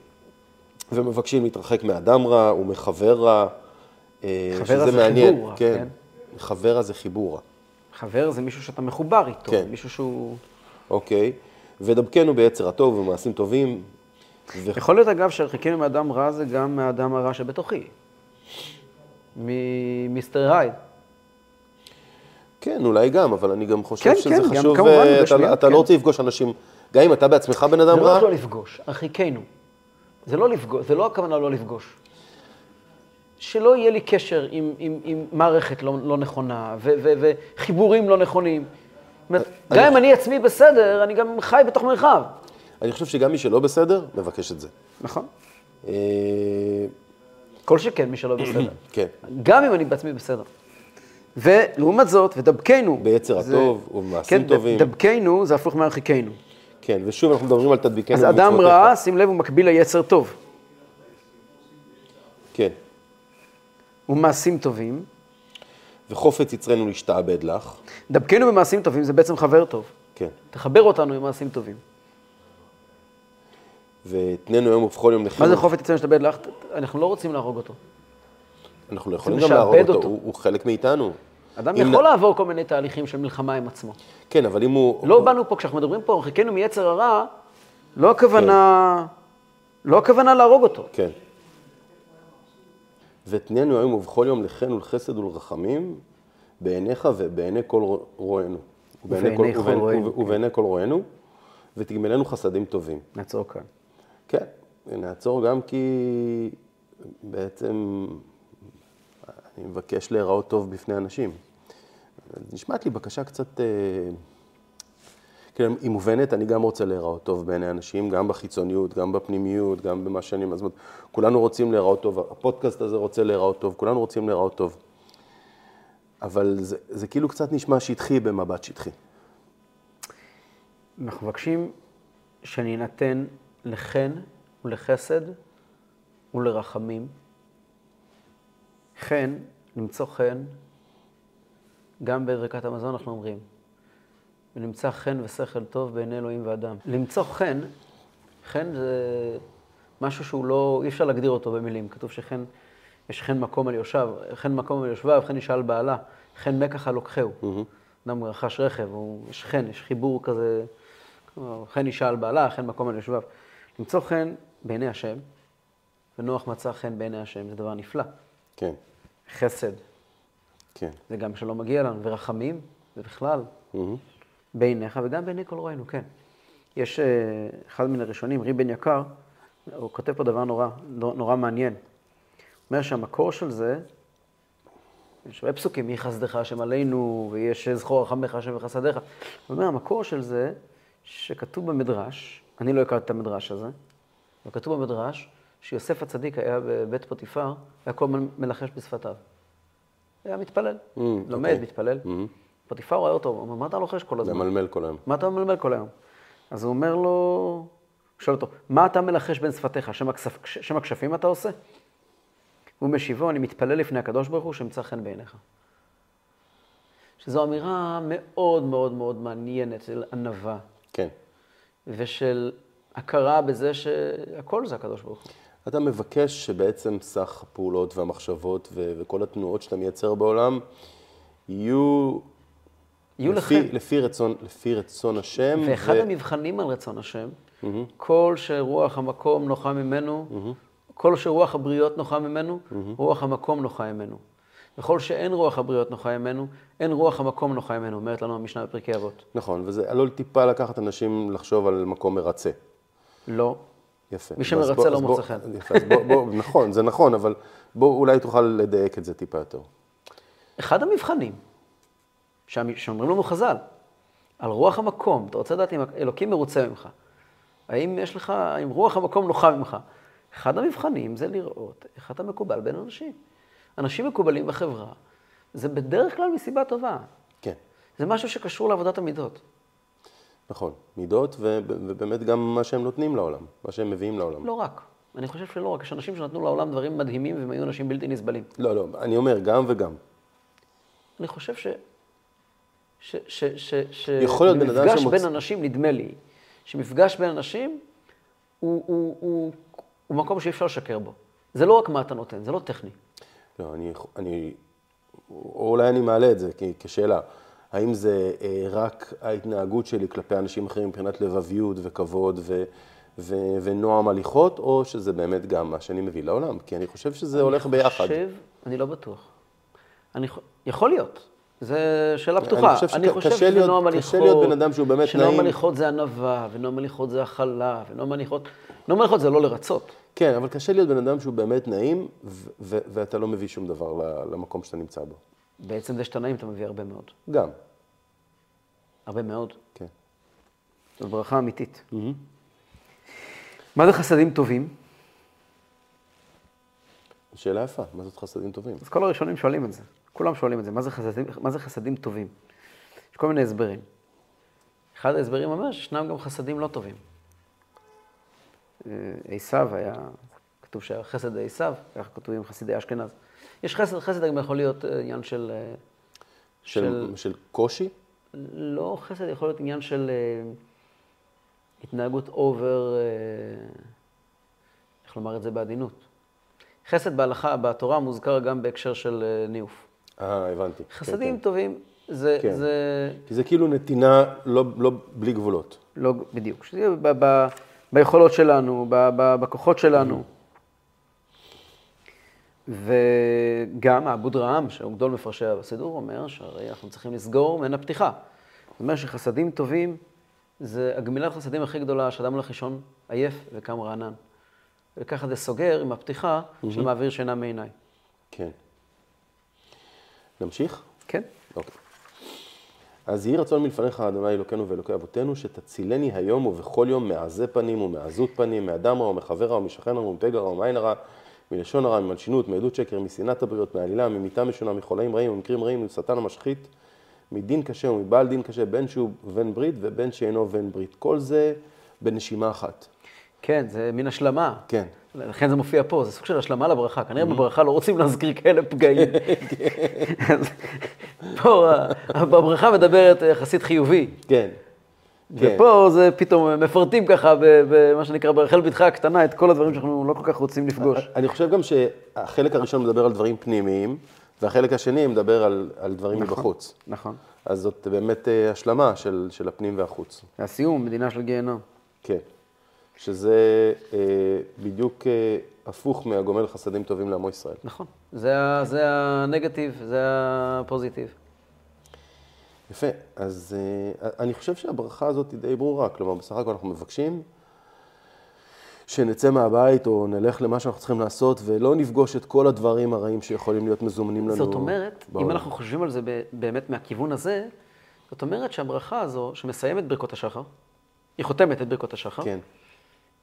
Speaker 1: ומבקשים להתרחק מאדם רע ומחבר רע. אה,
Speaker 2: חבר
Speaker 1: שזה
Speaker 2: רע זה
Speaker 1: מעניין,
Speaker 2: חיבור רע,
Speaker 1: כן. חבר רע זה חיבור רע,
Speaker 2: חבר זה מישהו שאתה מחובר איתו,
Speaker 1: כן.
Speaker 2: מישהו שהוא...
Speaker 1: אוקיי? ודבקנו ביצר הטוב ובמעשים טובים. ו...
Speaker 2: יכול להיות, אגב, שהרחיקים מאדם רע זה גם מהאדם הרע שבתוכי. ממיסטר הייד.
Speaker 1: כן, אולי גם, אבל אני גם חושב
Speaker 2: כן,
Speaker 1: שזה
Speaker 2: כן, גם
Speaker 1: חשוב.
Speaker 2: כמובן,
Speaker 1: אה,
Speaker 2: בשביל-
Speaker 1: אתה, אתה
Speaker 2: כן.
Speaker 1: לא רוצה לפגוש אנשים, גם אם אתה בעצמך בן אדם
Speaker 2: זה לא
Speaker 1: רע,
Speaker 2: רק לא לפגוש, הרחיקנו. זה לא לפגוש, זה לא הכוונה לא לפגוש. שלא יהיה לי קשר עם, עם, עם מערכת לא, לא נכונה, ו, ו, וחיבורים לא נכונים. זאת אומרת,
Speaker 1: אני-
Speaker 2: גם אם אני עצמי בסדר, אני גם חי בתוך מרחב.
Speaker 1: אני חושב שגם מי שלא בסדר, מבקש את זה.
Speaker 2: נכון.
Speaker 1: אה,
Speaker 2: כל שכן מי שלא בסדר.
Speaker 1: כן.
Speaker 2: גם אם אני בעצמי בסדר. ולעומת זאת, ודבקנו.
Speaker 1: ביצר
Speaker 2: זה-
Speaker 1: הטוב ובמעשים
Speaker 2: כן, ד-
Speaker 1: טובים.
Speaker 2: דבקנו זה הפוך מהרחיקנו.
Speaker 1: כן, ושוב אנחנו מדברים על תדביקנו
Speaker 2: אז אדם
Speaker 1: ומצוותיך.
Speaker 2: רע, שים לב, הוא מקביל ליצר טוב.
Speaker 1: כן.
Speaker 2: ומעשים טובים,
Speaker 1: וחופץ יצרנו להשתעבד לך.
Speaker 2: דבקנו במעשים טובים זה בעצם חבר טוב.
Speaker 1: כן.
Speaker 2: תחבר אותנו עם מעשים טובים.
Speaker 1: ותננו היום ובכל יום לחינוך.
Speaker 2: מה זה חופת יצא משתבד לך? אנחנו לא רוצים להרוג אותו.
Speaker 1: אנחנו לא יכולים
Speaker 2: זה
Speaker 1: גם להרוג
Speaker 2: משעבד
Speaker 1: אותו,
Speaker 2: אותו.
Speaker 1: הוא, הוא חלק מאיתנו.
Speaker 2: אדם
Speaker 1: אם
Speaker 2: יכול
Speaker 1: נ-
Speaker 2: לעבור כל מיני תהליכים של מלחמה עם עצמו.
Speaker 1: כן, אבל אם הוא...
Speaker 2: לא באנו פה, כשאנחנו מדברים פה, הרחיקנו מיצר הרע, לא הכוונה, לא הכוונה להרוג אותו.
Speaker 1: כן. ותננו היום ובכל יום לחן ולחסד ולרחמים, בעיניך ובעיני כל רו- רואינו. ובעיני
Speaker 2: ובעיני כל
Speaker 1: ובעיני-
Speaker 2: רואינו, כן.
Speaker 1: וב- ובעיני כל רואינו, ותגמלנו חסדים טובים.
Speaker 2: נעצור כאן.
Speaker 1: כן, נעצור גם כי בעצם אני מבקש להיראות טוב בפני אנשים. נשמעת לי בקשה קצת... אה, כן, היא מובנת, אני גם רוצה להיראות טוב בעיני אנשים, גם בחיצוניות, גם בפנימיות, גם במה שאני... אז כולנו רוצים להיראות טוב, הפודקאסט הזה רוצה להיראות טוב, כולנו רוצים להיראות טוב. אבל זה, זה כאילו קצת נשמע שטחי במבט שטחי.
Speaker 2: אנחנו מבקשים שנינתן לחן ולחסד ולרחמים. חן, למצוא חן, גם בברכת המזון אנחנו אומרים, ונמצא חן ושכל טוב בעיני אלוהים ואדם. למצוא חן, חן זה משהו שהוא לא, אי אפשר להגדיר אותו במילים. כתוב שחן, יש חן מקום על יושב, חן מקום על יושביו, חן אישה על בעלה, חן מקח על לוקחהו. אדם רכש רכב, הוא, יש חן, יש חיבור כזה, חן אישה על בעלה, חן מקום על יושביו. למצוא חן בעיני השם, ונוח מצא חן בעיני השם, זה דבר נפלא.
Speaker 1: כן,
Speaker 2: חסד,
Speaker 1: כן.
Speaker 2: זה גם שלא מגיע לנו, ורחמים, זה בכלל,
Speaker 1: מהמם.
Speaker 2: בעיניך וגם בעיני כל רואינו, כן. יש אה, אחד מן הראשונים, ריבן יקר, הוא כותב פה דבר נורא, נור- נורא מעניין. הוא אומר שהמקור של זה, יש הרבה פסוקים, יהי חסדך השם עלינו, ויש "אה, זכור רחמך השם וחסדיך. הוא אומר, המקור של זה, שכתוב במדרש, אני לא הכרתי את המדרש הזה, אבל כתוב במדרש, שיוסף הצדיק היה בבית פוטיפר, היה כל הזמן מלחש בשפתיו. היה מתפלל, לומד,
Speaker 1: אוקיי.
Speaker 2: מתפלל. פוטיפר רואה אותו, הוא אומר, מה אתה לוחש כל הזמן?
Speaker 1: ממלמל כל היום.
Speaker 2: מה אתה ממלמל כל היום? אז הוא אומר לו, הוא שואל אותו, מה אתה מלחש בין שפתיך? שם, הכספ... שם הכשפים אתה עושה? הוא משיבו, אני מתפלל לפני הקדוש ברוך הוא שאמצא חן בעיניך. שזו אמירה מאוד מאוד מאוד מעניינת של ענווה
Speaker 1: כן.
Speaker 2: ושל הכרה בזה שהכל זה הקדוש ברוך הוא.
Speaker 1: אתה מבקש שבעצם סך הפעולות והמחשבות ו- וכל התנועות שאתה מייצר בעולם יהיו...
Speaker 2: יהיו
Speaker 1: לפי,
Speaker 2: לכם.
Speaker 1: לפי רצון, לפי רצון השם.
Speaker 2: ואחד המבחנים על רצון השם, כל שרוח המקום נוחה ממנו, כל שרוח הבריות נוחה ממנו, רוח המקום נוחה ממנו. וכל שאין רוח הבריות נוחה ממנו, אין רוח המקום נוחה ממנו, אומרת לנו המשנה בפרקי אבות.
Speaker 1: נכון, וזה עלול טיפה לקחת אנשים לחשוב על מקום מרצה.
Speaker 2: לא.
Speaker 1: יפה.
Speaker 2: מי
Speaker 1: אז
Speaker 2: שמרצה
Speaker 1: בוא-
Speaker 2: לא
Speaker 1: אז
Speaker 2: מוצא
Speaker 1: בוא-
Speaker 2: חן.
Speaker 1: יפה, אז בוא, בוא, נכון, זה נכון, אבל בוא אולי תוכל לדייק את זה טיפה יותר.
Speaker 2: אחד המבחנים, שהמ- שאומרים לנו חז"ל, על רוח המקום, אתה רוצה לדעת אם אלוקים מרוצה ממך, האם יש לך, האם רוח המקום נוחה ממך. אחד המבחנים זה לראות איך אתה מקובל בין אנשים. אנשים מקובלים בחברה, זה בדרך כלל מסיבה טובה.
Speaker 1: כן,
Speaker 2: זה משהו שקשור לעבודת המידות.
Speaker 1: נכון. מידות, ו- ובאמת גם מה שהם נותנים לעולם, מה שהם מביאים לעולם.
Speaker 2: לא רק. אני חושב שלא רק, יש אנשים שנתנו לעולם דברים מדהימים והם היו אנשים בלתי נסבלים.
Speaker 1: לא, לא, אני אומר, גם וגם.
Speaker 2: אני חושב ש... ש... ש... ש... ש...
Speaker 1: יכול להיות בן אדם
Speaker 2: מפגש
Speaker 1: שמוצ-
Speaker 2: בין אנשים, נדמה לי, שמפגש בין אנשים הוא, הוא, הוא, הוא מקום שאי אפשר לשקר בו. זה לא רק מה אתה נותן, זה לא טכני.
Speaker 1: לא, אני, אני, או אולי אני מעלה את זה כ- כשאלה. האם זה אה, רק ההתנהגות שלי כלפי אנשים אחרים מבחינת לבביות וכבוד ו, ו, ונועם הליכות, או שזה באמת גם מה שאני מביא לעולם? כי אני חושב שזה הולך ביחד.
Speaker 2: חושב, אני לא בטוח. אני, ח- יכול להיות. זו שאלה
Speaker 1: אני
Speaker 2: פתוחה.
Speaker 1: חושב שק-
Speaker 2: אני חושב
Speaker 1: קשה
Speaker 2: שזה
Speaker 1: להיות-
Speaker 2: נועם הליכות.
Speaker 1: קשה להיות בן אדם שהוא באמת
Speaker 2: שנועם
Speaker 1: נעים.
Speaker 2: הליכות זה ענווה, ונועם הליכות זה הכלה, ונועם הליכות... נועם הליכות זה לא לרצות.
Speaker 1: כן, אבל קשה להיות בן אדם שהוא באמת נעים, ו- ו- ואתה לא מביא שום דבר ל- למקום שאתה נמצא בו.
Speaker 2: בעצם זה שאתה נעים, אתה מביא הרבה מאוד.
Speaker 1: גם,
Speaker 2: הרבה מאוד.
Speaker 1: כן.
Speaker 2: זו ברכה אמיתית. מה זה חסדים טובים?
Speaker 1: שאלה יפה, מה זאת חסדים טובים?
Speaker 2: אז כל הראשונים שואלים את זה. כולם שואלים את זה, מה זה חסדים, מה זה חסדים טובים? יש כל מיני הסברים. אחד ההסברים אומר שישנם גם חסדים לא טובים. אה, עשיו היה, כתוב שהיה חסד עשיו, ככה כתוב עם חסידי אשכנז. יש חסד, חסד גם יכול להיות אה, עניין של... אה,
Speaker 1: של, של... של קושי?
Speaker 2: לא חסד, יכול להיות עניין של אה, התנהגות אובר, אה, איך לומר את זה בעדינות. חסד בהלכה, בתורה מוזכר גם בהקשר של אה, ניאוף.
Speaker 1: אה, הבנתי.
Speaker 2: חסדים
Speaker 1: כן,
Speaker 2: טובים, זה,
Speaker 1: כן.
Speaker 2: זה
Speaker 1: כן. כי זה כאילו נתינה לא, לא בלי גבולות.
Speaker 2: לא בדיוק, שזה ב, ב, ביכולות שלנו, ב, ב, בכוחות שלנו. וגם אבוד רעם, שהוא גדול מפרשי הסידור, אומר שהרי אנחנו צריכים לסגור מעין הפתיחה. זאת אומרת שחסדים טובים, זה הגמילה לחסדים הכי גדולה, שאדם הולך לישון עייף וקם רענן. וככה זה סוגר עם הפתיחה של מעביר שינה מעיניי.
Speaker 1: כן. נמשיך?
Speaker 2: כן?
Speaker 1: אוקיי. אז יהי רצון מלפניך, אדוני אלוקינו ואלוקי אבותינו, שתצילני היום ובכל יום מעזה פנים ומעזות פנים, מאדם רע ומחבר רע ומשכן רע וממתג רע ומעין הרע, מלשון הרע, ממלשינות, מעדות שקר, משנאת הבריות, מעלילה, ממיתה משונה, מחולאים רעים וממקרים רעים, משטן המשחית, מדין קשה ומבעל דין קשה, בין שהוא בן ברית ובין שאינו בן ברית. כל זה בנשימה אחת.
Speaker 2: כן, זה מין השלמה.
Speaker 1: כן.
Speaker 2: לכן זה מופיע פה, זה סוג של השלמה לברכה. כנראה בברכה לא רוצים להזכיר כאלה פגעים. אז פה ה- הברכה מדברת יחסית חיובי.
Speaker 1: כן. כן.
Speaker 2: ופה זה פתאום מפרטים ככה, ב- במה שנקרא ברחל בתך הקטנה, את כל הדברים שאנחנו לא כל כך רוצים לפגוש.
Speaker 1: אני חושב גם שהחלק הראשון מדבר על דברים פנימיים, והחלק השני מדבר על, על דברים מבחוץ.
Speaker 2: נכון.
Speaker 1: אז זאת באמת אה, השלמה של, של הפנים והחוץ.
Speaker 2: הסיום, מדינה של גיהנום.
Speaker 1: כן. שזה אה, בדיוק אה, הפוך מהגומל חסדים טובים לעמו ישראל.
Speaker 2: נכון. זה ה- זה הנגטיב, זה הפוזיטיב.
Speaker 1: יפה, אז אה, אני חושב שהברכה הזאת היא די ברורה, כלומר, בסך הכל אנחנו מבקשים שנצא מהבית או נלך למה שאנחנו צריכים לעשות ולא נפגוש את כל הדברים הרעים שיכולים להיות מזומנים לנו.
Speaker 2: זאת אומרת, אם
Speaker 1: בעולם.
Speaker 2: אנחנו חושבים על זה ב- באמת מהכיוון הזה, זאת אומרת שהברכה הזו, שמסיימת ברכות השחר, היא חותמת את ברכות השחר,
Speaker 1: כן,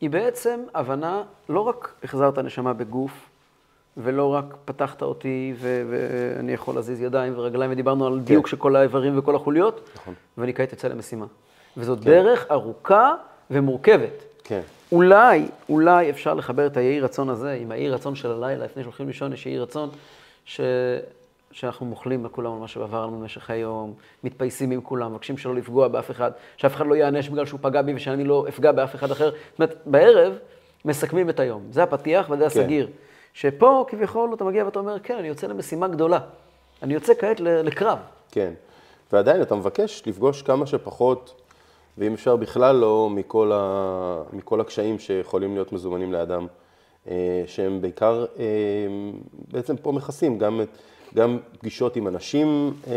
Speaker 2: היא בעצם הבנה, לא רק החזרת נשמה בגוף, ולא רק פתחת אותי ו- ואני יכול להזיז ידיים ורגליים, ודיברנו על דיוק של כל האיברים וכל החוליות,
Speaker 1: נכון.
Speaker 2: ואני כעת יוצא למשימה. וזאת דרך ארוכה ומורכבת.
Speaker 1: כן,
Speaker 2: אולי, אולי אפשר לחבר את היהי רצון הזה עם היהי רצון של הלילה, לפני שהולכים לישון, יש יהי רצון ש... שאנחנו מוחלים לכולם על מה שעברנו במשך היום, מתפייסים עם כולם, מבקשים שלא לפגוע באף אחד, שאף אחד לא ייענש בגלל שהוא פגע בי ושאני לא אפגע באף אחד אחר. זאת אומרת, בערב מסכמים את היום. זה הפתיח וזה הסגיר. שפה כביכול אתה מגיע ואתה אומר, כן, אני יוצא למשימה גדולה. אני יוצא כעת ל- לקרב.
Speaker 1: כן. ועדיין אתה מבקש לפגוש כמה שפחות, ואם אפשר בכלל לא, מכל, ה... מכל הקשיים שיכולים להיות מזומנים לאדם, אה, שהם בעיקר אה, בעצם פה מכסים גם את... גם פגישות עם אנשים אה,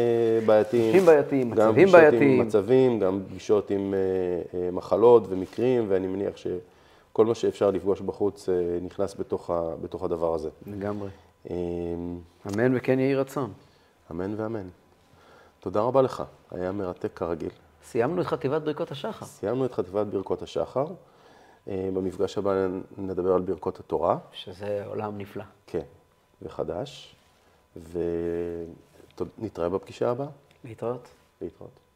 Speaker 1: בעייתיים.
Speaker 2: אנשים בעייתיים,
Speaker 1: גם
Speaker 2: מצבים
Speaker 1: פגישות
Speaker 2: בעייתיים.
Speaker 1: עם מצבים, גם פגישות עם אה, אה, מחלות ומקרים, ואני מניח שכל מה שאפשר לפגוש בחוץ אה, נכנס בתוך, ה, בתוך הדבר הזה.
Speaker 2: לגמרי.
Speaker 1: אה,
Speaker 2: אמן וכן יהי רצון.
Speaker 1: אמן ואמן. תודה רבה לך, היה מרתק כרגיל.
Speaker 2: סיימנו את חטיבת ברכות השחר.
Speaker 1: סיימנו את חטיבת ברכות השחר. אה, במפגש הבא נדבר על ברכות התורה,
Speaker 2: שזה עולם נפלא.
Speaker 1: כן, וחדש, ונתראה בפגישה הבאה,
Speaker 2: להתראות.
Speaker 1: להתראות.